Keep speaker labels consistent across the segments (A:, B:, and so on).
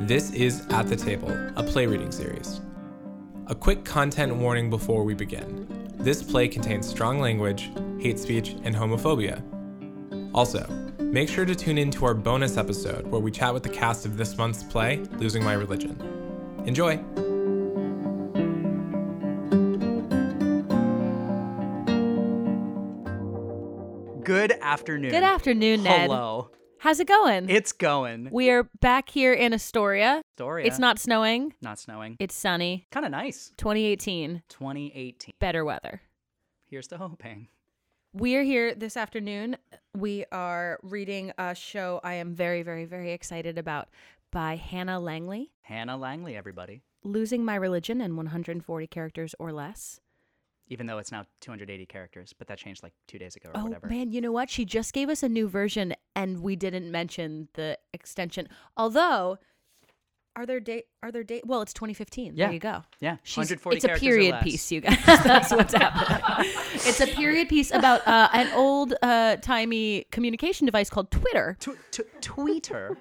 A: This is At the Table, a play reading series. A quick content warning before we begin this play contains strong language, hate speech, and homophobia. Also, make sure to tune in to our bonus episode where we chat with the cast of this month's play, Losing My Religion. Enjoy!
B: Good afternoon.
C: Good afternoon, Ned.
B: Hello.
C: How's it going?
B: It's going.
C: we are back here in Astoria.
B: Astoria.
C: It's not snowing.
B: not snowing.
C: It's sunny.
B: kind of nice.
C: 2018,
B: 2018.
C: better weather.
B: Here's to hoping.
C: We are here this afternoon. We are reading a show I am very, very, very excited about by Hannah Langley,
B: Hannah Langley, everybody.
C: Losing My Religion in 140 characters or less.
B: Even though it's now 280 characters, but that changed like two days ago or
C: Oh,
B: whatever.
C: man, you know what? She just gave us a new version and we didn't mention the extension. Although, are there date? Are there date? Well, it's 2015.
B: Yeah.
C: There you go.
B: Yeah.
C: She's-
B: 140
C: it's a
B: characters or
C: period
B: less.
C: piece, you guys. That's what's happening. it's a period piece about uh, an old uh, timey communication device called Twitter.
B: Tw- t- tweeter.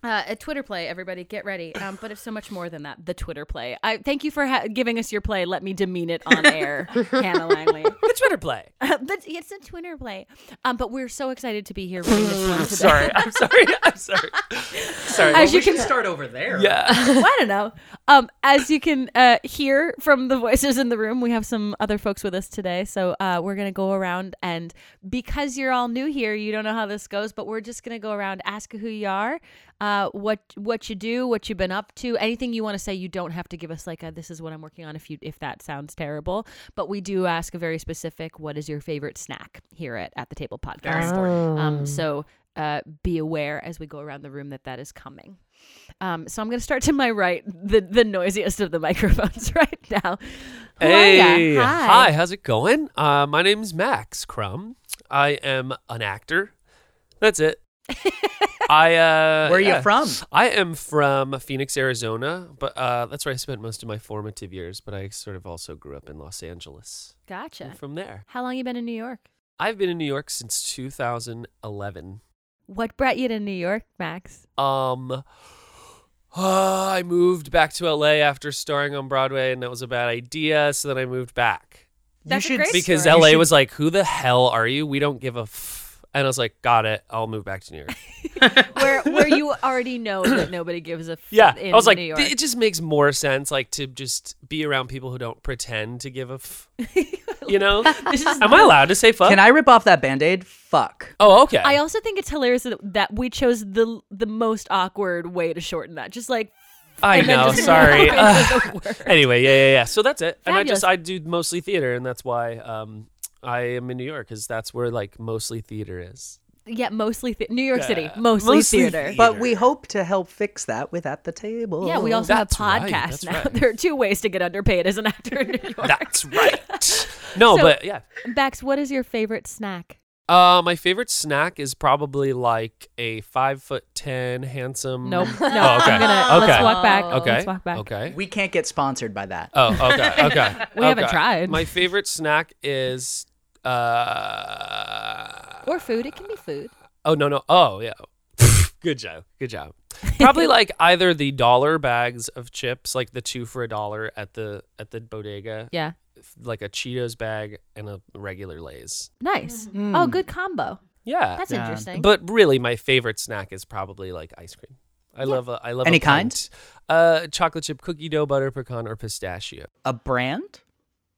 C: Uh, a Twitter play, everybody, get ready. Um, but it's so much more than that. The Twitter play. I thank you for ha- giving us your play. Let me demean it on air, Hannah Langley.
B: the Twitter play.
C: but it's a Twitter play. Um, but we're so excited to be here reading this one today.
B: sorry. I'm sorry. I'm sorry. Sorry.
C: As you
B: we should
C: can-
B: start over there.
A: Yeah.
C: Well, I don't know. Um, as you can uh, hear from the voices in the room, we have some other folks with us today. So uh, we're going to go around, and because you're all new here, you don't know how this goes, but we're just going to go around, ask who you are, uh, what what you do, what you've been up to, anything you want to say. You don't have to give us like a "this is what I'm working on" if you if that sounds terrible. But we do ask a very specific "what is your favorite snack?" here at at the table podcast. Um,
D: Mm.
C: so uh, be aware as we go around the room that that is coming. Um, so I'm going to start to my right, the the noisiest of the microphones right now. Who are ya?
D: Hey,
C: Hi.
D: how's it going? Uh, my name's Max Crumb. I am an actor. That's it. I uh,
B: Where are you
D: yeah.
B: from?
D: I am from Phoenix, Arizona, but uh, that's where I spent most of my formative years. But I sort of also grew up in Los Angeles.
C: Gotcha.
D: I'm from there,
C: How long you been in New York?
D: I've been in New York since 2011.
C: What brought you to New York, Max?
D: Um, I moved back to LA after starring on Broadway, and that was a bad idea. So then I moved back.
C: That's a
B: you should
C: great
D: because
C: story.
D: LA
B: You should-
D: was like, "Who the hell are you? We don't give a." F-. And I was like, "Got it. I'll move back to New York."
C: where where you already know that nobody gives a f-
D: Yeah,
C: in
D: I was like,
C: New
D: "Th-
C: York.
D: "It just makes more sense, like to just be around people who don't pretend to give a." F-, you know,
C: This is-
D: am I allowed to say fuck?
B: Can I rip off that band aid? Fuck.
D: Oh, okay.
C: I also think it's hilarious that, that we chose the the most awkward way to shorten that. Just like
D: I
C: and then
D: know.
C: just-
D: Sorry.
C: Ugh.
D: anyway, yeah, yeah, yeah. So that's it. And I
C: Fabulous.
D: just I do mostly theater, and that's why um I am in New York because that's where like mostly theater is.
C: yeah, mostly th- New York City,
D: Yeah.
C: mostly,
D: Mostly
C: theater.
D: the-
B: But
D: Peter.
B: we hope to help fix that with At the Table.
C: Yeah, we also have
D: Oh, That's right,
C: podcasts
D: that's
C: now.
D: right.
C: There are two ways to get underpaid as an actor in New York.
D: That's right. No,
C: So-
D: but yeah.
C: Bax, what is your favorite snack?
D: Uh, my favorite snack is probably like a five foot ten handsome.
C: Nope. No, Oh.
D: Oh, okay.
C: I'm gonna let's
D: Okay.
C: walk back.
D: Okay.
C: Let's walk back.
D: Okay.
B: We can't get sponsored by that.
D: Oh, okay. Okay.
C: We haven't
D: Okay.
C: tried.
D: My favorite snack is. Uh,
C: Or food. It can be food.
D: oh no no oh yeah. Good job. Good job. Probably like either the dollar bags of chips, like the two for a dollar at the at the bodega,
C: Yeah.
D: like a Cheetos bag and a regular Lay's.
C: Nice. Oh, good combo.
D: Yeah.
C: That's
B: Yeah.
C: interesting.
D: But really, my favorite snack is probably like ice cream. I love a, I love
B: Any
D: a
B: kind?
D: pint. Uh, chocolate chip cookie dough, butter pecan, or pistachio.
B: A brand?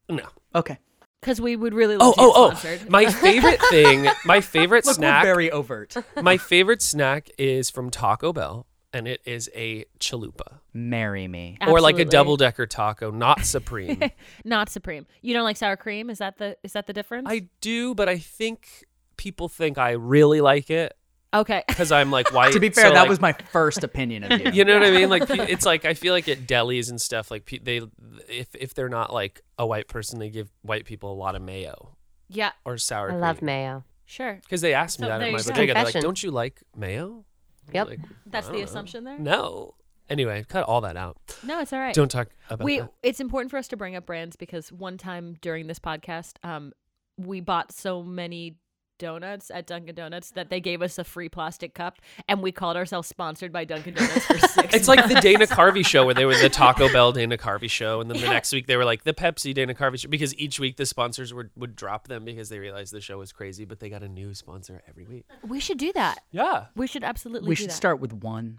D: No.
B: Okay.
C: Because we would really
D: Oh
C: love
D: oh
C: to
D: oh!
C: get sponsored.
D: My favorite thing, my favorite
B: Look,
D: snack,
B: we're very overt.
D: my favorite snack is from Taco Bell, and it is a chalupa
B: Marry me.
D: or like
C: Absolutely.
D: a double decker taco, not supreme.
C: Not supreme. You don't like sour cream? Is that the is that the difference?
D: I do, but I think people think I really like it
C: okay.
D: because I'm like white.
B: To be fair,
D: so,
B: that
D: like,
B: was my first opinion of you.
D: You know what I mean? Like pe- it's like I feel like at delis and stuff, like pe- they if if they're not like a white person, they give white people a lot of mayo
C: yeah.
D: or sour.
E: I love mayo.
C: sure.
D: because they asked me
C: So
D: that
C: there
D: at my
C: you go.
D: bodega. They're like,
E: Confession.
D: "Don't you like mayo?" I'm
E: Yep.
D: like, "I
C: That's
D: don't
C: the
D: know."
C: assumption there.
D: Uh, No. Anyway, cut all that out.
C: No, it's all right.
D: Don't talk about
C: we
D: that.
C: it's important for us to bring up brands because one time during this podcast um we bought so many donuts at Dunkin' Donuts that they gave us a free plastic cup, and we called ourselves sponsored by Dunkin' Donuts for six.
D: It's like the Dana Carvey show where they were the Taco Bell Dana Carvey show, and then the
C: Yeah.
D: next week they were like the Pepsi Dana Carvey show because each week the sponsors would, would drop them because they realized the show was crazy, but they got a new sponsor every week.
C: we should do that.
D: Yeah.
C: We should absolutely.
B: we
C: do
B: should
C: that.
B: start with one.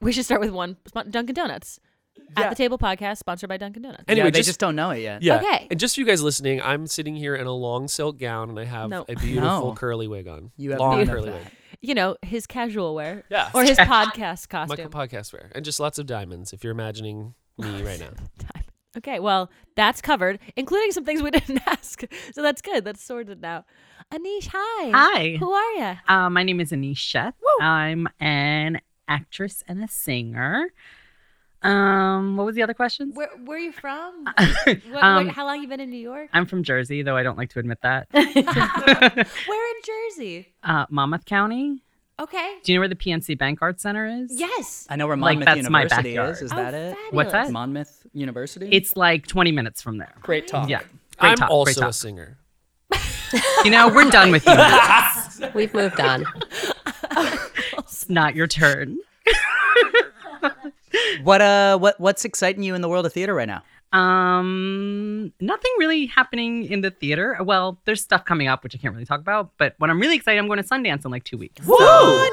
C: We should start with one spon- Dunkin' Donuts
D: Yeah.
C: at the table podcast sponsored by Dunkin' Donuts.
D: Anyway,
B: yeah, they
D: just,
B: just, don't know it yet.
D: yeah.
C: Okay.
D: And just for you guys listening, I'm sitting here in a long silk gown and I have
C: No.
D: a beautiful
B: No.
D: curly wig on.
B: You have
D: long
B: none of
D: curly
B: that.
D: wig.
C: You know his casual wear.
D: Yeah.
C: Or his podcast costume.
D: Michael podcast wear and just lots of diamonds. If you're imagining me right now,
C: time. Okay, well, that's covered, including some things we didn't ask. So that's good. That's sorted now. Anish, hi.
E: Hi.
C: Who are you?
E: Uh, my name is Anisha. I'm an actress and a singer. Um, what was the other question?
C: Where Where are you from? What,
E: Um,
C: where- how long you been in New York?
E: I'm from Jersey, though I don't like to admit that.
C: Where in Jersey?
E: uh, Monmouth County.
C: Okay.
E: Do you know where the PNC Bank Arts Center is?
C: Yes.
B: I know where
E: Like,
B: Monmouth
E: that's my
B: University
E: backyard.
B: is. Is
C: Oh,
B: that it?
C: fabulous.
E: What's that?
B: Monmouth University.
E: It's like 20 minutes from there.
B: great talk.
E: Yeah. Great
D: I'm
E: talk, great
D: also a
E: talk.
D: singer.
E: You know, we're done with you. it's
F: We've moved on.
E: not your turn.
B: What uh, what what's exciting you in the world of theater right now?
E: Um, nothing really happening in the theater. Well, there's stuff coming up which I can't really talk about. But when I'm really excited, I'm going to Sundance in like two weeks. So,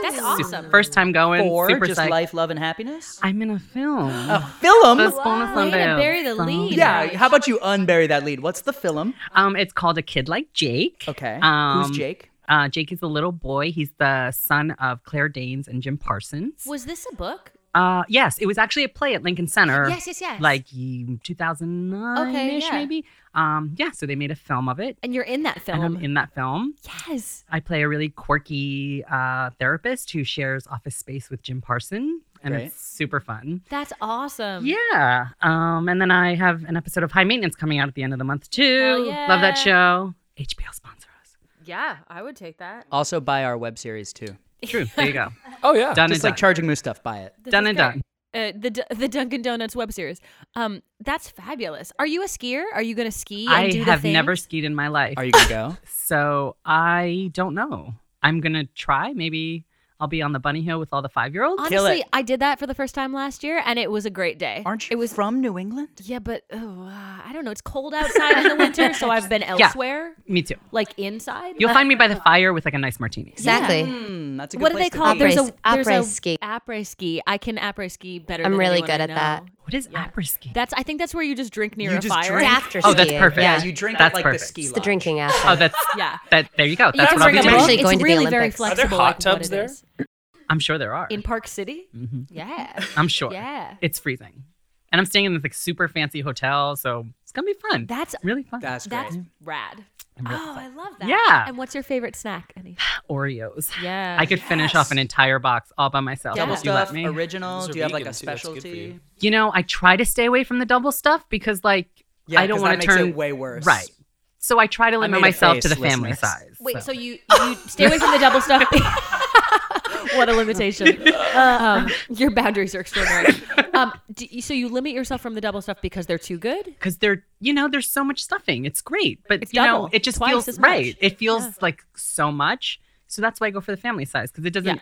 C: That's
E: super-
C: awesome.
E: First time going.
B: Or
E: super
B: just
E: psyched.
B: life, love, and happiness?
E: I'm in a film.
B: film.
E: That's bonus
C: Way to
E: Sundance.
C: bury the
E: So-
C: lead.
B: yeah.
C: Anish.
B: How about you unbury that lead? What's the film?
E: Um, it's called A Kid Like Jake.
B: Okay.
E: Um,
B: Who's Jake?
E: Uh, Jake is a little boy. He's the son of Claire Danes and Jim Parsons.
C: Was this a book?
E: Uh, yes, it was actually a play at Lincoln Center.
C: Yes, yes, yes.
E: Like 2009 ish,
C: yeah.
E: maybe. Um, yeah, so they made a film of it.
C: And you're in that film.
E: And I'm in that film.
C: yes.
E: I play a really quirky uh, therapist who shares office space with Jim Parson, and
B: Great.
E: it's super fun.
C: That's awesome.
E: Yeah. Um, and then I have an episode of High Maintenance coming out at the end of the month
C: Hell
E: too. Love that
C: yeah.
E: show. HBO sponsor us.
C: Yeah, I would take that.
B: Also, buy our web series too.
E: True. There you go.
D: Oh yeah.
E: done
B: Just
E: and
B: like
E: done.
B: charging moose stuff. Buy it.
C: This
E: done
C: is
E: and
C: great.
E: done.
C: Uh, the D- the Dunkin' Donuts web series. Um, that's fabulous. Are you a skier? Are you going to ski? And
E: I
C: do the
E: have never
C: thing?
E: skied in my life,
B: Are you gonna go?
E: so I don't know. I'm gonna try. Maybe I'll be on the bunny hill with all the five year olds.
B: Kill
C: Honestly,
B: it.
C: I did that for the first time last year, and it was a great day.
B: Aren't you?
C: It was.
B: from New England.
C: Yeah, but oh, uh, I don't know. It's cold outside in the winter, so I've been elsewhere,
E: Me too.
C: like inside.
E: You'll find me by the fire with like a nice martini.
F: Exactly.
B: Mm, that's a good
C: what do they
B: place to
C: call? it?
B: be.
C: There's a
F: Après-
C: there's a
F: après ski.
C: Après ski. I can après ski better.
F: I'm
C: than
F: really
C: anyone
F: good
C: I
F: at that.
C: know.
E: What is apres ski?
C: That's. I think that's where you just drink near
B: You
C: a
B: just
C: fire.
B: drink?
F: after
E: Oh, that's
F: skiing.
E: perfect.
F: Yeah.
B: Yeah, you drink
E: That's
B: at, like
E: perfect.
B: the ski.
F: It's the
B: lodge.
F: drinking after.
E: oh, that's
C: Yeah.
E: that. There you go. That's
D: can
E: what I'll
D: bring
E: be
D: a
E: doing.
F: book. actually
C: it's
F: going to the
C: really very
F: Olympics. Are
C: flexible.
D: there hot
C: like, what
D: tubs
C: it
D: there?
C: is.
E: I'm sure there are.
C: in Park City?
F: Mm-hmm.
E: Mhm.
C: Yeah.
E: I'm sure.
C: Yeah.
E: It's freezing, and I'm staying in this like super fancy hotel, so it's gonna be fun.
C: That's
E: really fun.
B: That's great.
C: that's rad.
E: I'm really
C: Oh, I
E: excited.
C: love that.
E: Yeah.
C: And what's your favorite snack, Annie?
E: Oreos.
C: Yeah.
E: I could finish off an entire box all by myself
C: Yeah.
B: Double
E: if you let
B: stuff,
E: me.
B: original.
D: Those are
B: Do you have like a
D: vegan, too. That's good for
B: specialty?
D: you.
E: you know, I try to stay away from the double stuff because like
B: Yeah,
E: I don't
B: 'cause
E: want
B: that
E: to
B: makes
E: turn
B: it way worse.
E: Right. So I try to limit
B: made a
E: myself to
B: face,
E: the family
B: listeners.
E: size.
C: Wait, so you you stay away from the double stuff. what a limitation. Um, your boundaries are extraordinary. Um, do you, so you limit yourself from the double stuff because they're too good?
E: because they're you know there's so much stuffing. It's great, but
C: It's
E: you
C: double,
E: know it just
C: twice
E: feels
C: as much.
E: right. It feels like so much. So that's why I go for the family size because it doesn't.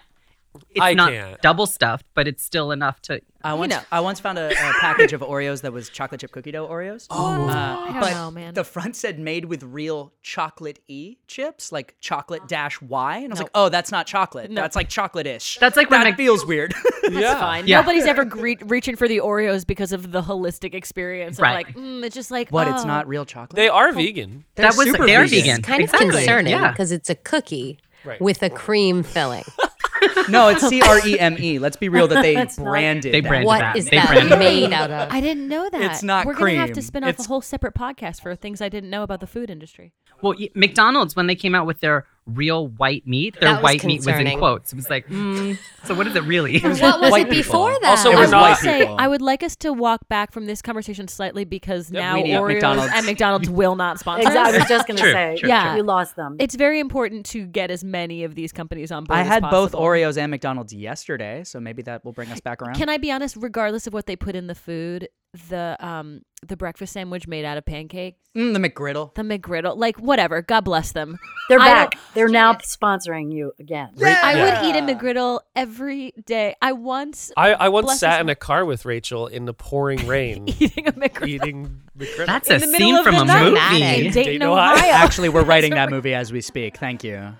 E: It's
D: I
E: not
D: can't.
E: double stuffed, but it's still enough to.
B: I once
C: know.
B: I once found a, a package of Oreos that was chocolate chip cookie dough Oreos. Oh,
C: I don't
B: but
C: know, man.
B: the front said made with real chocolate e chips, like chocolate dash y, and I was like, oh, that's not chocolate. That's like chocolate ish.
E: That's like when
B: that
E: I-
B: feels weird.
D: yeah.
C: Fine.
E: Yeah.
C: Nobody's ever gre- reaching for the Oreos because of the holistic experience of
E: Right.
C: like, mm, it's just like
B: what?
C: Oh.
B: It's not real chocolate.
D: They are vegan.
E: that was
B: super
E: they're
B: vegan.
E: vegan.
B: It's
F: Kind of
E: Exactly.
F: concerning
E: Yeah.
F: because it's a cookie
D: Right.
F: with a cream filling.
B: no, it's C R E M E. Let's be real that they branded.
E: They
B: that.
E: branded that.
F: What is
E: They
F: that
E: branded
F: made out of?
C: I didn't know that.
B: It's not
C: We're gonna have to
B: cream.
C: spin off
B: It's-
C: a whole separate podcast for things I didn't know about the food industry.
E: Well, y- McDonald's when they came out with their real white meat, their
F: That was
E: white meat was in
F: concerning.
E: quotes. It was like, mm, so what is it really?
F: What was
B: White
F: it
B: people.
F: before that? Oh
D: Also,
F: I
D: we're
C: I
F: was-
C: will
D: not-
C: say
B: people.
C: I would like us to walk back from this conversation slightly because now
D: we need
C: Oreos
B: McDonald's.
C: and McDonald's will not sponsor. us.
G: Exactly. I was just going to
E: True,
G: say,
E: true,
C: Yeah. true.
G: you lost them.
C: It's very important to get as many of these companies on board.
B: I
C: as
B: had both
C: possible.
B: Oreos and McDonald's yesterday, so maybe that will bring us back around.
C: Can I be honest? Regardless of what they put in the food, the um the breakfast sandwich made out of pancake,
B: Mm, the McGriddle.
C: the McGriddle, like whatever. God bless them.
G: They're
C: I
G: back. They're now sponsoring you again.
C: I
D: Yeah.
C: would eat a McGriddle every day. I once
D: I, I once
C: Bless
D: sat
C: his
D: in a car with Rachel in the pouring rain,
C: eating a McGriddle
D: eating McGriddle.
E: That's
C: in
E: a
C: the middle
E: scene
C: of
E: from
C: the
E: a
C: night
E: movie.
C: in
D: Dayton,
C: Dayton,
D: Ohio.
C: Ohio.
B: Actually, we're writing that movie as we speak. Thank you.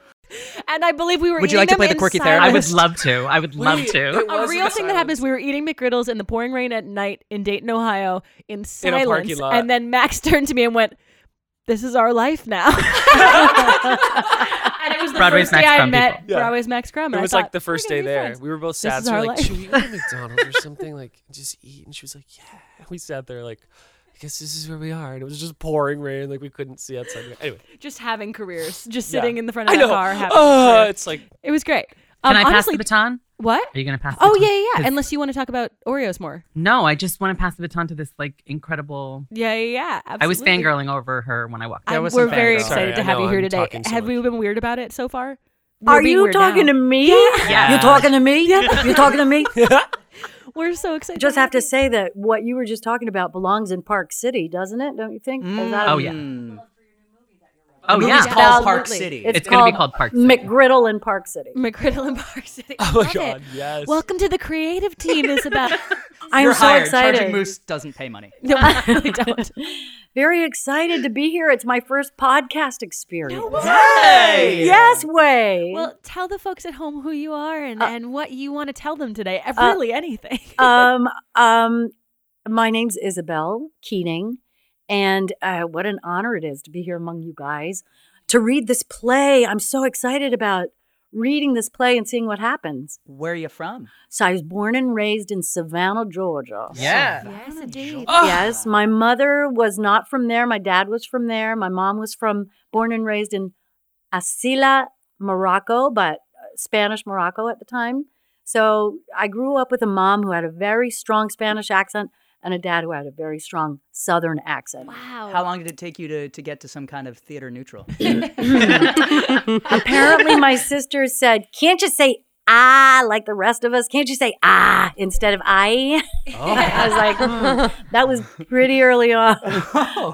C: and I believe we were.
B: Would you
C: eating
B: like to
C: them
B: play the
C: in
B: quirky
C: silence.
B: therapist?
E: I would love to. I would love to.
C: a real thing that happens. We were eating McGriddles in the pouring rain at night in Dayton, Ohio, in
D: In a
C: silence.
D: parking lot.
C: And then Max turned to me and went, "This is our life now." and it was the
E: Broadway's
C: first day
E: Max
C: I
E: Crumb
C: met
E: people.
D: Yeah.
C: Broadway's Max Crumb. and
D: It
C: I
D: was like
C: thought,
D: the first
C: "We're
D: day
C: gonna be
D: there.
C: friends."
D: We were both
C: This
D: sad.
C: is
D: So
C: our
D: we're like,
C: life.
D: should we go to McDonald's or something? Like, just eat. And she was like, yeah. And we sat there like, I guess this is where we are. And it was just pouring rain. Like we couldn't see outside. Anyway,
C: Just having careers, just
D: yeah.
C: sitting in the front
D: I
C: of the
D: know.
C: car. Having a
D: Uh,
C: career.
D: it's like
C: It was great. Um,
E: Can I pass
C: honestly,
E: the baton?
C: what?
E: Are you going to pass the
C: Oh
E: baton?
C: yeah, yeah, yeah.
E: 'Cause-
C: Unless you want to talk about Oreos more.
E: No, I just want to pass the baton to this like incredible.
C: Yeah, yeah, yeah. Absolutely.
E: I was fangirling over her when I walked.
C: I-
E: in.
B: There was
C: we're
B: some
C: very
B: fangirl.
C: excited
D: Sorry,
C: to
D: I
C: have
D: know
C: you here
D: I'm
C: today.
D: talking so
C: have we
D: much.
C: been weird about it so far? We're
G: Are
C: being
G: you
C: weird
G: talking
C: now.
G: to me?
E: Yeah.
G: You're talking to me? You're talking to me?
C: We're so excited.
G: Just have to
C: you.
G: say that what you were just talking about belongs in Park City, doesn't it? Don't you think? Is that a-
E: Oh, yeah.
B: Mm.
E: Oh
B: The
E: yeah.
B: movie's called Park
G: Absolutely.
B: City.
E: It's gonna be called Park City.
G: McGriddle in Park City.
C: McGriddle and Park City.
D: Oh my
C: Love
D: god,
C: it.
D: yes.
C: Welcome to the creative team, Isabel.
G: I'm
B: You're
G: so
B: hired.
G: excited.
B: Charging Moose doesn't pay money.
C: no, I really don't.
G: Very excited to be here. It's my first podcast experience.
B: Hey!
G: Yes, way.
C: Well, tell the folks at home who you are and, and what you want to tell them today. Uh,
G: uh,
C: Really, anything.
G: um, um, my name's Isabel Keating, and uh, what an honor it is to be here among you guys to read this play. I'm so excited about reading this play and seeing what happens.
B: Where are you from?
G: So I was born and raised in Savannah, Georgia.
E: Yeah.
C: yes, indeed.
G: Yes, my mother was not from there. My dad was from there. My mom was from, born and raised in Asila, Morocco, but uh, Spanish Morocco at the time. So I grew up with a mom who had a very strong Spanish accent and a dad who had a very strong Southern accent.
C: Wow.
B: How long did it take you to, to get to some kind of theater neutral?
G: Apparently, my sister said, Can't you say ah like the rest of us? Can't you say ah instead of I? I was like, "Hmm." That was pretty early on.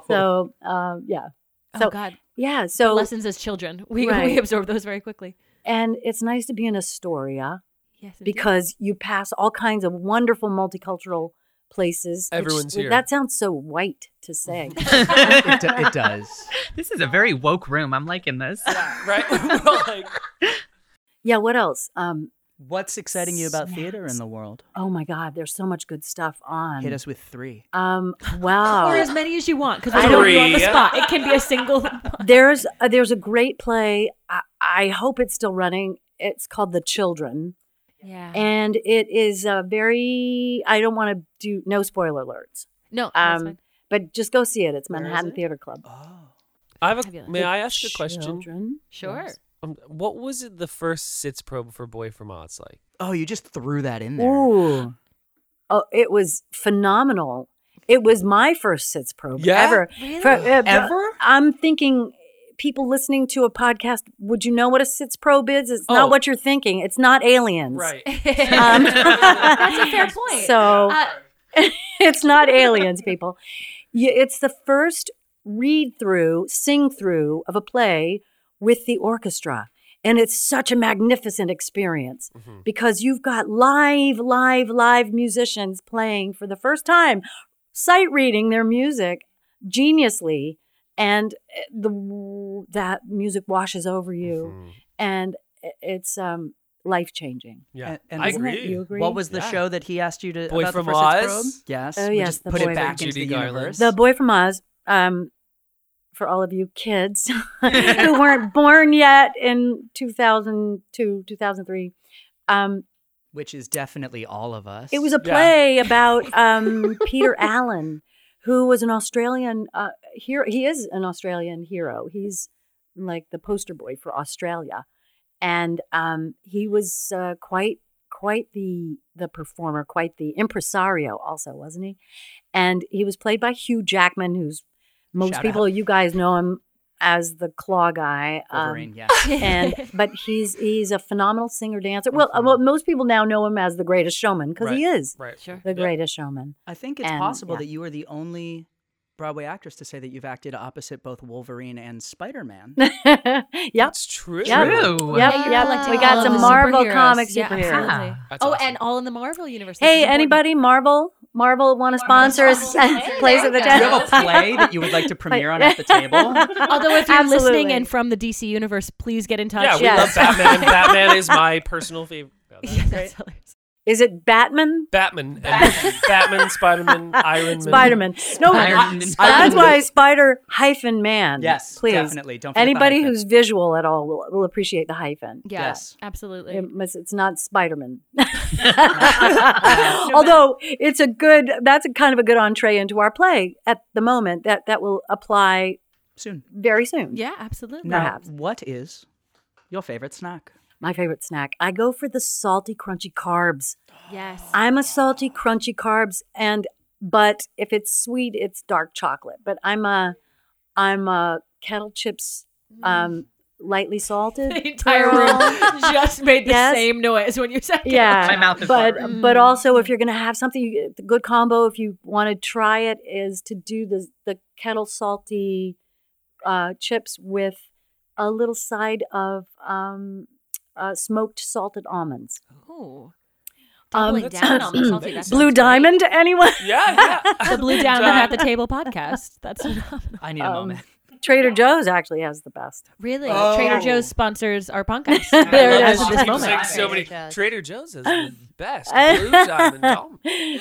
G: So, um, yeah.
C: oh
G: so-
C: God.
G: Yeah. So,
C: Lessons as children. We we
G: Right.
C: absorb those very quickly.
G: And it's nice to be in Astoria
C: Yes.
B: Mm-hmm.
C: indeed.
G: because you pass all kinds of wonderful multicultural places. which-
D: Everyone's here.
G: That sounds so white to say.
B: it, do- it does.
E: This is a very woke room. I'm liking this.
D: right? We're all like,
G: yeah, what else? Um,
B: What's exciting you about theater in the world?
G: oh my God, there's so much good stuff on.
B: Hit us with three.
G: Um, wow.
C: or as many as you want because
G: I
C: I don't you on the
D: Three.
C: spot. It can be a single.
G: there's a, there's a great play. I, I hope it's still running. It's called The Children,
C: yeah.
B: Uh-huh.
G: and it is a very. I don't want to do no spoiler alerts,
C: no. that's
G: um,
C: fine.
G: but just go see it. It's
B: Where is
G: Manhattan
B: it?
G: Theater Club.
B: Oh.
D: I have
C: Fabulous.
D: a, may I ask a question?
G: Children.
C: Sure.
G: Yes.
D: Um, what was it the first sits probe for Boy from Oz like?
B: Oh, you just threw that in there.
G: Ooh. Oh, it was phenomenal. It was my first sits probe
D: Yeah?
G: ever.
C: Really?
G: For- uh, but
B: Ever?
G: I'm thinking people listening to a podcast, would you know what a sits probe is? It's
D: Oh.
G: not what you're thinking. It's not aliens.
C: Um, that's a fair point.
G: So
C: Uh,
G: it's not aliens, people. You, it's the first read through, sing through of a play with the orchestra. And it's such a magnificent experience
D: Mm-hmm.
G: because you've got live, live, live musicians playing for the first time, sight reading their music geniusly. And eh, the that music washes over you,
D: Mhm.
G: and i- it's um, life changing.
D: Yeah.
B: And- and
D: I
B: isn't that
D: agree.
G: you agree?
B: What was the
D: Yeah.
B: show that he asked you to
D: Boy
B: about
D: from
B: the first sits
D: Oz?
B: probe? Yes.
G: Oh,
B: we
G: yes,
B: just
G: the
B: put
G: Boy
B: it back into
D: from Judy
B: the
D: Garland.
B: universe.
G: The boy from Oz, um, for all of you kids who weren't born yet in 2002, 2003, um,
B: which is definitely all of us.
G: it was a
D: Yeah.
G: play about um, Peter Allen, who was an Australian uh, hero. He is an Australian hero. He's like the poster boy for Australia, and um, he was uh, quite quite the the performer, quite the impresario, also wasn't he? And he was played by Hugh Jackman, who's most
B: Shout
G: people you guys know him as the claw guy. um,
B: Wolverine, yeah.
G: and but he's he's a phenomenal singer dancer. Well, uh, well, most people now know him as the greatest showman because he is
D: Right. Sure.
G: the greatest showman.
B: I think it's
G: And,
B: possible
G: yeah.
B: that you are the only Broadway actress to say that you've acted opposite both Wolverine and Spider Man.
G: yep.
D: That's true.
G: Yeah.
E: True.
G: Yep,
C: you're
G: yep.
C: collecting
G: We got
C: all of
G: some
C: the
G: Marvel
C: superheroes.
G: comic
C: Yeah,
G: superheroes.
C: absolutely.
D: That's
C: Oh,
D: awesome.
C: and all in the Marvel universe. This is
G: Hey,
C: important.
G: anybody, Marvel? Marvel want to sponsor us? Plays at the
B: Do you have a
G: desk.
B: play that you would like to premiere on at the table?
C: Although, if you're listening
G: Absolutely.
C: and from the DC universe, please get in touch.
D: Yeah, we
G: Yes.
D: love Batman. Batman is my personal favorite.
C: Yeah, that's hilarious.
G: Is it Batman?
D: Batman and Batman, Spider Man, Iron Man.
G: Spider-Man. No,
E: Iron Man.
G: that's why Spider hyphen Man.
B: Yes,
G: please.
B: definitely. Don't forget the
G: Anybody
B: hyphen.
G: who's visual at all will, will appreciate the hyphen.
C: Yeah,
B: Yes.
C: absolutely.
G: It must- it's not Spider-Man. Although it's a good, that's a kind of a good entree into our play at the moment that that will apply
B: soon.
G: very soon.
C: yeah, absolutely.
B: Now,
G: Perhaps.
B: what is your favorite snack?
G: My favorite snack. I go for the salty, crunchy carbs.
C: Yes.
G: I'm a salty, crunchy carbs, and but if it's sweet, it's dark chocolate. But I'm a, I'm a kettle chips, um, lightly salted.
C: the Mm. entire room just made the
G: Yes.
C: same noise when you said it.
G: yeah
E: My mouth is
G: but
E: watering.
C: Mm.
G: but also if you're going to have something you- the good combo if you want to try it is to do the the kettle salty uh, chips with a little side of um, uh, smoked salted almonds
C: Ooh.
G: Um,
C: Doubling down on the salty. that
G: blue
C: sounds great.
G: diamond anyone
D: Yeah, yeah.
C: The blue diamond at the table podcast. That's phenomenal.
B: I need a
G: Um,
B: moment.
G: trader joe's actually has the best
C: really
B: Oh.
C: Trader Joe's sponsors our podcast.
G: There
D: I love
G: it is.
D: how
C: At
D: she
C: this
D: keeps
C: moment.
D: saying so many
F: Trader Joe's.
D: Trader Joe's is the best. Blue Diamond. Oh,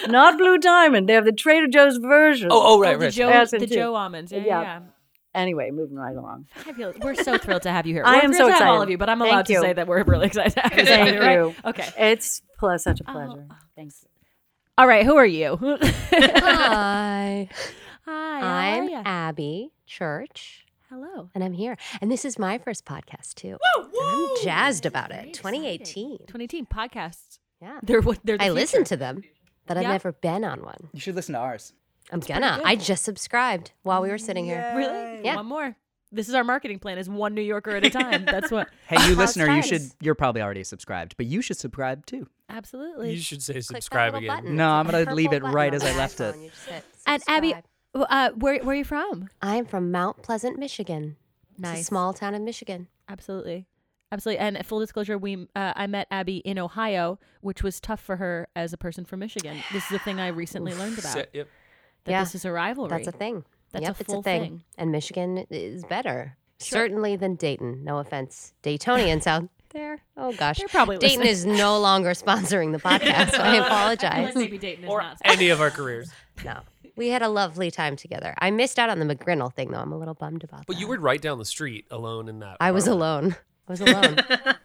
G: not blue diamond they have the trader joe's version
D: oh, right,
C: Oh, the
D: right.
C: Joe,
G: Yes,
C: the
G: indeed.
C: Joe almonds. Yeah, yeah.
G: Yeah.
C: yeah.
G: anyway moving right along
C: Fabulous. We're so thrilled to have you here.
G: I
C: We're
G: am
C: thrilled to
G: so
C: have all
G: excited.
C: of you, but I'm
G: Thank
C: allowed to
G: you.
C: say that we're really excited to have you.
G: Thank
C: together, right?
G: you.
C: Okay.
G: it's pl- such a
C: Oh,
G: pleasure thanks
C: All right. Who are you?
F: Hi.
C: Hi. how are
F: I'm
C: ya?
F: Abby Church.
C: Hello.
F: And I'm here. And this is my first podcast too. And I'm jazzed about it. 2018.
C: 2018 podcasts.
F: Yeah.
C: They're what they're. The
F: I
C: future.
F: listen to them, but
C: Yeah.
F: I've never been on one.
B: You should listen to ours.
F: I'm gonna. I just subscribed while we were sitting here.
C: Really?
F: Yeah.
C: One more. This is our marketing plan: is one New Yorker at a time. That's what.
B: Hey, you
F: Well,
B: listener, you
F: thanks.
B: should. You're probably already subscribed, but you should subscribe too.
C: Absolutely.
D: You should say
F: Click that
D: subscribe
F: little
D: again.
F: button.
B: No, I'm
F: It's like a
B: gonna leave
F: purple
B: it right
F: button
B: as I
F: on
B: left
F: your
B: it.
F: iPhone. You just hit
C: And Abby,
F: subscribe.
C: uh, where where are you from?
F: I am from Mount Pleasant, Michigan. It's a
C: Nice.
F: small town in Michigan.
C: Absolutely. Absolutely. And full disclosure, we uh, I met Abby in Ohio, which was tough for her as a person from Michigan. This is a thing I recently learned about.
D: Set- yep.
C: that
F: Yeah.
C: this is a rivalry.
F: That's a thing.
C: That's a
F: yep, it's
C: full
F: a thing.
C: thing.
F: And Michigan is better, certainly than Dayton. No offense, Daytonians out there. Oh gosh,
C: They're probably
F: Dayton
C: listening.
F: is no longer sponsoring the podcast. so I apologize.
C: Maybe Dayton is
D: Or
C: not.
D: any of our careers.
F: no, we had a lovely time together. I missed out on the McGrinnell thing though. I'm a little bummed about
D: But
F: that.
D: you were right down the street alone in that.
F: I was
D: apartment.
F: alone. I was alone.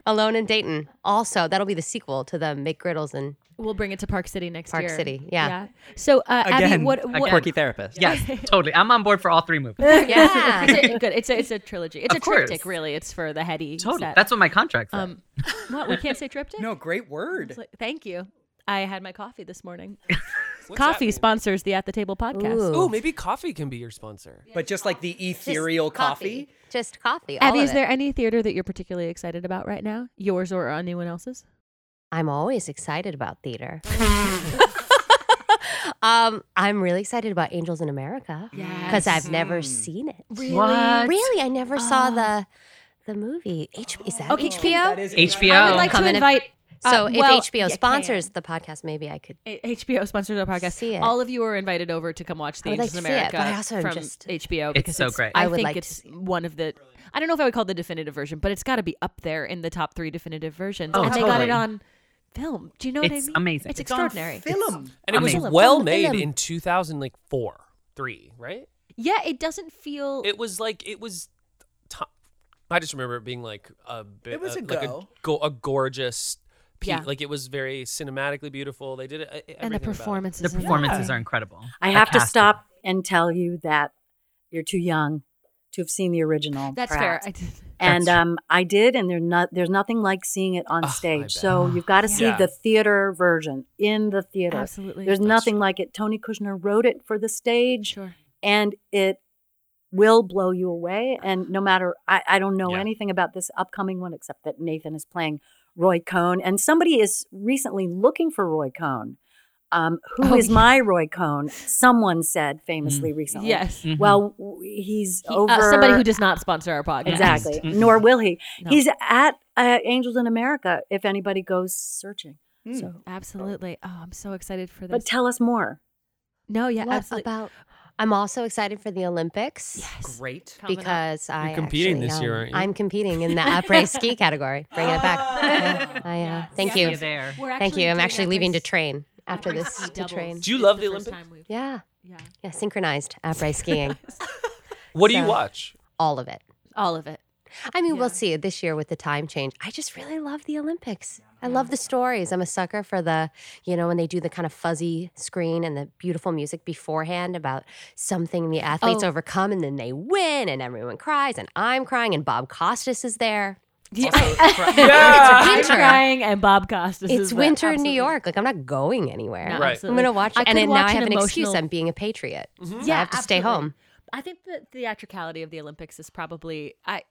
F: alone in Dayton. Also, that'll be the sequel to the McGriddles and
C: We'll bring it to Park City next
F: Park
C: year.
F: City, yeah.
C: So uh, Abby,
B: Again,
C: what?
B: a
C: what
B: quirky therapist.
E: Yes, totally. I'm on board for all three movies.
F: yeah.
C: It's a, good. It's a it's a trilogy. It's
E: Of
C: a triptych,
E: course.
C: really. It's for the heady.
E: Totally.
C: set.
E: That's what my contract says.
C: um. What we can't say triptych.
B: No, great word.
C: It's like- thank you. I had my coffee this morning.
D: What's that
C: coffee
D: mean?
C: sponsors the At the Table podcast.
F: Ooh.
D: Oh, maybe coffee can be your sponsor.
B: But just like the
F: Just
B: ethereal coffee.
F: Just coffee. all
C: Abby,
F: of
C: is
F: it.
C: there any theater that you're particularly excited about right now? Yours or anyone else's?
F: I'm always excited about theater. um, I'm really excited about Angels in America because I've never seen it. Really?
E: What?
F: I never saw the the movie. H- is that
C: Uh. Okay, can-
F: HBO?
E: HBO.
C: I would like to
F: Coming in-
C: invite. uh,
F: so if
C: well,
F: HBO
C: you
F: sponsors
C: can.
F: the podcast, maybe I could.
C: A- HBO sponsors our podcast.
F: See it.
C: All of you are invited over to come watch The
F: I would like
C: Angels in
F: to see it,
C: America
F: but I also am
C: from
F: just-
C: HBO.
E: It's
C: because
E: so great.
C: I,
F: I would
C: think
F: like to
C: it's one of the. I don't know if I would call it the definitive version, but it's got to be up there in the top three definitive versions.
E: Oh,
C: and they got it
E: totally.
C: on film. Do you know what I
E: It's
C: mean?
E: amazing.
C: It's
E: It's
B: on
C: extraordinary.
B: Film.
D: And it was
E: Amazing.
D: well
F: Film,
D: made
F: film.
D: in 2004, three, right?
C: yeah, it doesn't feel.
D: It was like it was. To- I just remember it being like a bit.
B: It was a
D: like
B: go.
D: A, go- a gorgeous. Pe-
C: Yeah.
D: Like it was very cinematically beautiful. They did it. e-
C: and the
D: everything about it.
C: performances.
E: the
C: in it.
E: performances are incredible.
G: i
E: The
G: have to
E: casting.
G: stop and tell you that you're too young to have seen the original
C: That's
G: perhaps.
C: fair. I did.
G: and
E: That's-
G: um, I did, and there's not there's nothing like seeing it on
D: Ugh, I bet.
G: stage. So you've got to see
D: Yeah.
G: the theater version in the theater.
C: Absolutely.
G: There's nothing like it. Tony Kushner wrote it for the stage,
C: Sure.
G: and it will blow you away. And no matter, I, I don't know
D: Yeah.
G: anything about this upcoming one except that Nathan is playing Roy Cohn. And somebody is recently looking for Roy Cohn. Um, who is
C: Oh, yeah.
G: my Roy Cohn? Someone said famously recently.
C: Yes.
E: Mhm.
G: Well, w- he's
C: Mm-hmm. He- uh,
G: over
C: somebody who does not sponsor our podcast.
G: exactly.
E: Mhm.
G: Nor will he.
C: No.
G: He's at uh, Angels in America. If anybody goes searching,
B: Mm.
G: so
C: Absolutely. Oh, I'm so excited for this.
G: but tell us more.
C: no, yeah,
F: what
C: absolutely.
F: about? I'm also excited for the Olympics
C: yes.
B: Great.
C: Coming up.
F: because I
D: competing
F: actually
D: this year,
F: am.
D: aren't you?
F: I'm competing in the après ski category. Bringing it back. Yeah, I, uh,
C: Yeah.
F: thank
E: See
F: you.
E: you there.
C: We're
F: Thank you.
C: doing
F: I'm
C: that
F: actually leaving to
C: race-
F: train after
C: that race
F: this
C: ski
F: to train.
C: doubles.
D: Do you
C: It's
D: love
C: the
D: the
C: first
D: Olympics?
C: time we've-
F: Yeah,
C: Yeah.
F: yeah, synchronized après skiing,
D: What do you
F: So-
D: watch?
F: all of it.
C: All of it.
F: I mean,
C: Yeah.
F: we'll see it this year with the time change. I just really love the Olympics. I love the stories. I'm a sucker for the, you know, when they do the kind of fuzzy screen and the beautiful music beforehand about something the athletes
C: Oh.
F: overcome and then they win and everyone cries and I'm crying and Bob Costas is there.
D: Yeah.
C: I'm
F: winter.
C: crying and Bob Costas. is
F: it's
C: there.
F: winter in New
C: Absolutely.
F: York. Like I'm not going anywhere.
C: No,
D: Right.
F: I'm
C: absolutely.
F: going to watch
C: I
F: it. And
C: could
F: then now
C: watch
F: I
C: an
F: have an excuse.
C: emotional- Mm-hmm.
F: I'm being a patriot.
D: Mhm.
F: So I have to stay
C: absolutely.
F: home.
C: I think the theatricality of the Olympics is probably I.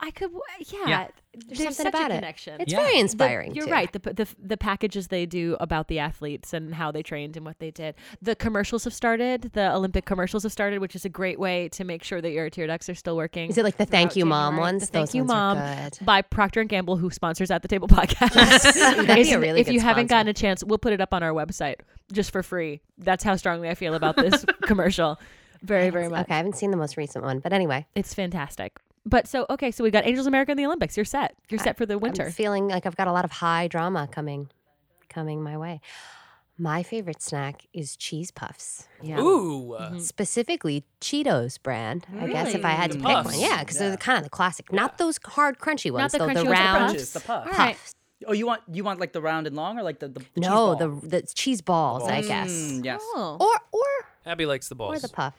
C: I could, w- yeah. There's,
F: something
C: such
F: about
C: a
F: it.
C: connection.
F: It's
D: Yeah.
F: very
C: The-
F: inspiring.
C: you're
F: too.
C: right. The, the the packages they do about the athletes and how they trained and what they did. The commercials have started. The Olympic commercials have started, which is a great way to make sure that your tear ducts are still working.
F: Is it like the thank you mom
C: January.
F: ones?
C: The Thank
F: Those
C: You
F: ones are
C: Mom
F: good.
C: by Procter and Gamble, who sponsors at the table podcast.
F: That'd be
C: It's-
F: a really
C: if
F: good
C: you haven't
F: sponsor.
C: gotten a chance, we'll put it up on our website just for free. That's how strongly I feel about this commercial. Very very much.
F: Okay, I haven't seen the most recent one, but anyway,
C: It's fantastic. But so okay, so we got Angels America and the Olympics. You're set. You're set for the winter.
F: I'm feeling like I've got a lot of high drama coming, coming my way. My favorite snack is cheese puffs,
C: yeah.
D: Ooh.
F: Mm-hmm.
C: Mhm.
F: specifically Cheetos brand. I guess if I had to
D: The
F: pick
D: puffs.
F: one, yeah, because
B: Yeah.
F: they're kind of the classic, not those hard crunchy ones,
C: the
F: though.
C: crunchy ones,
F: the
C: the
F: round
C: puffs.
B: the puff.
C: All
F: puffs.
C: right.
B: Oh, you want you want like the round and long or like the the, the cheese ball?
F: No, the the cheese balls, I guess,
B: Mm, yes.
C: Oh.
F: or or
D: Abby likes the
F: or
D: balls.
F: the puff.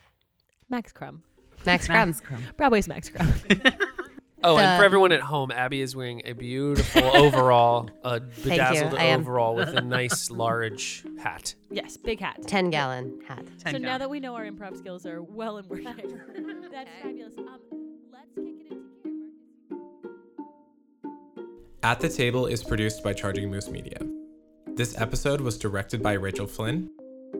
C: Max Crumb.
F: Max Crumb.
C: Broadway's Max Crumb.
D: oh,
F: the-
D: and for everyone at home, Abby is wearing a beautiful overall, a bedazzled
F: I am.
D: overall with a nice large hat.
C: yes, big hat.
F: Ten gallon hat.
C: So now that we know our improv skills are well in working, that's fabulous. Um, let's kick it into gear. Mark.
A: At the Table is produced by Charging Moose Media. This episode was directed by Rachel Flynn,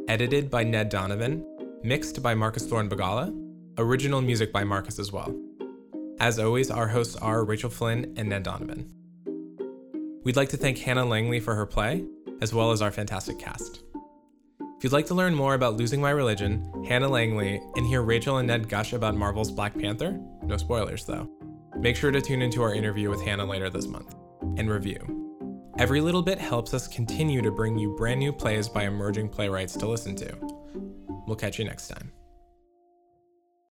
A: edited by Ned Donovan, mixed by Marcus Thorne Bagala, original music by Marcus as well. As always, our hosts are Rachel Flynn and Ned Donovan. We'd like to thank Hannah Langley for her play, as well as our fantastic cast. If you'd like to learn more about Losing My Religion, Hannah Langley, and hear Rachel and Ned gush about Marvel's Black Panther, no spoilers though, make sure to tune into our interview with Hannah later this month and review. Every little bit helps us continue to bring you brand new plays by emerging playwrights to listen to. We'll catch you next time.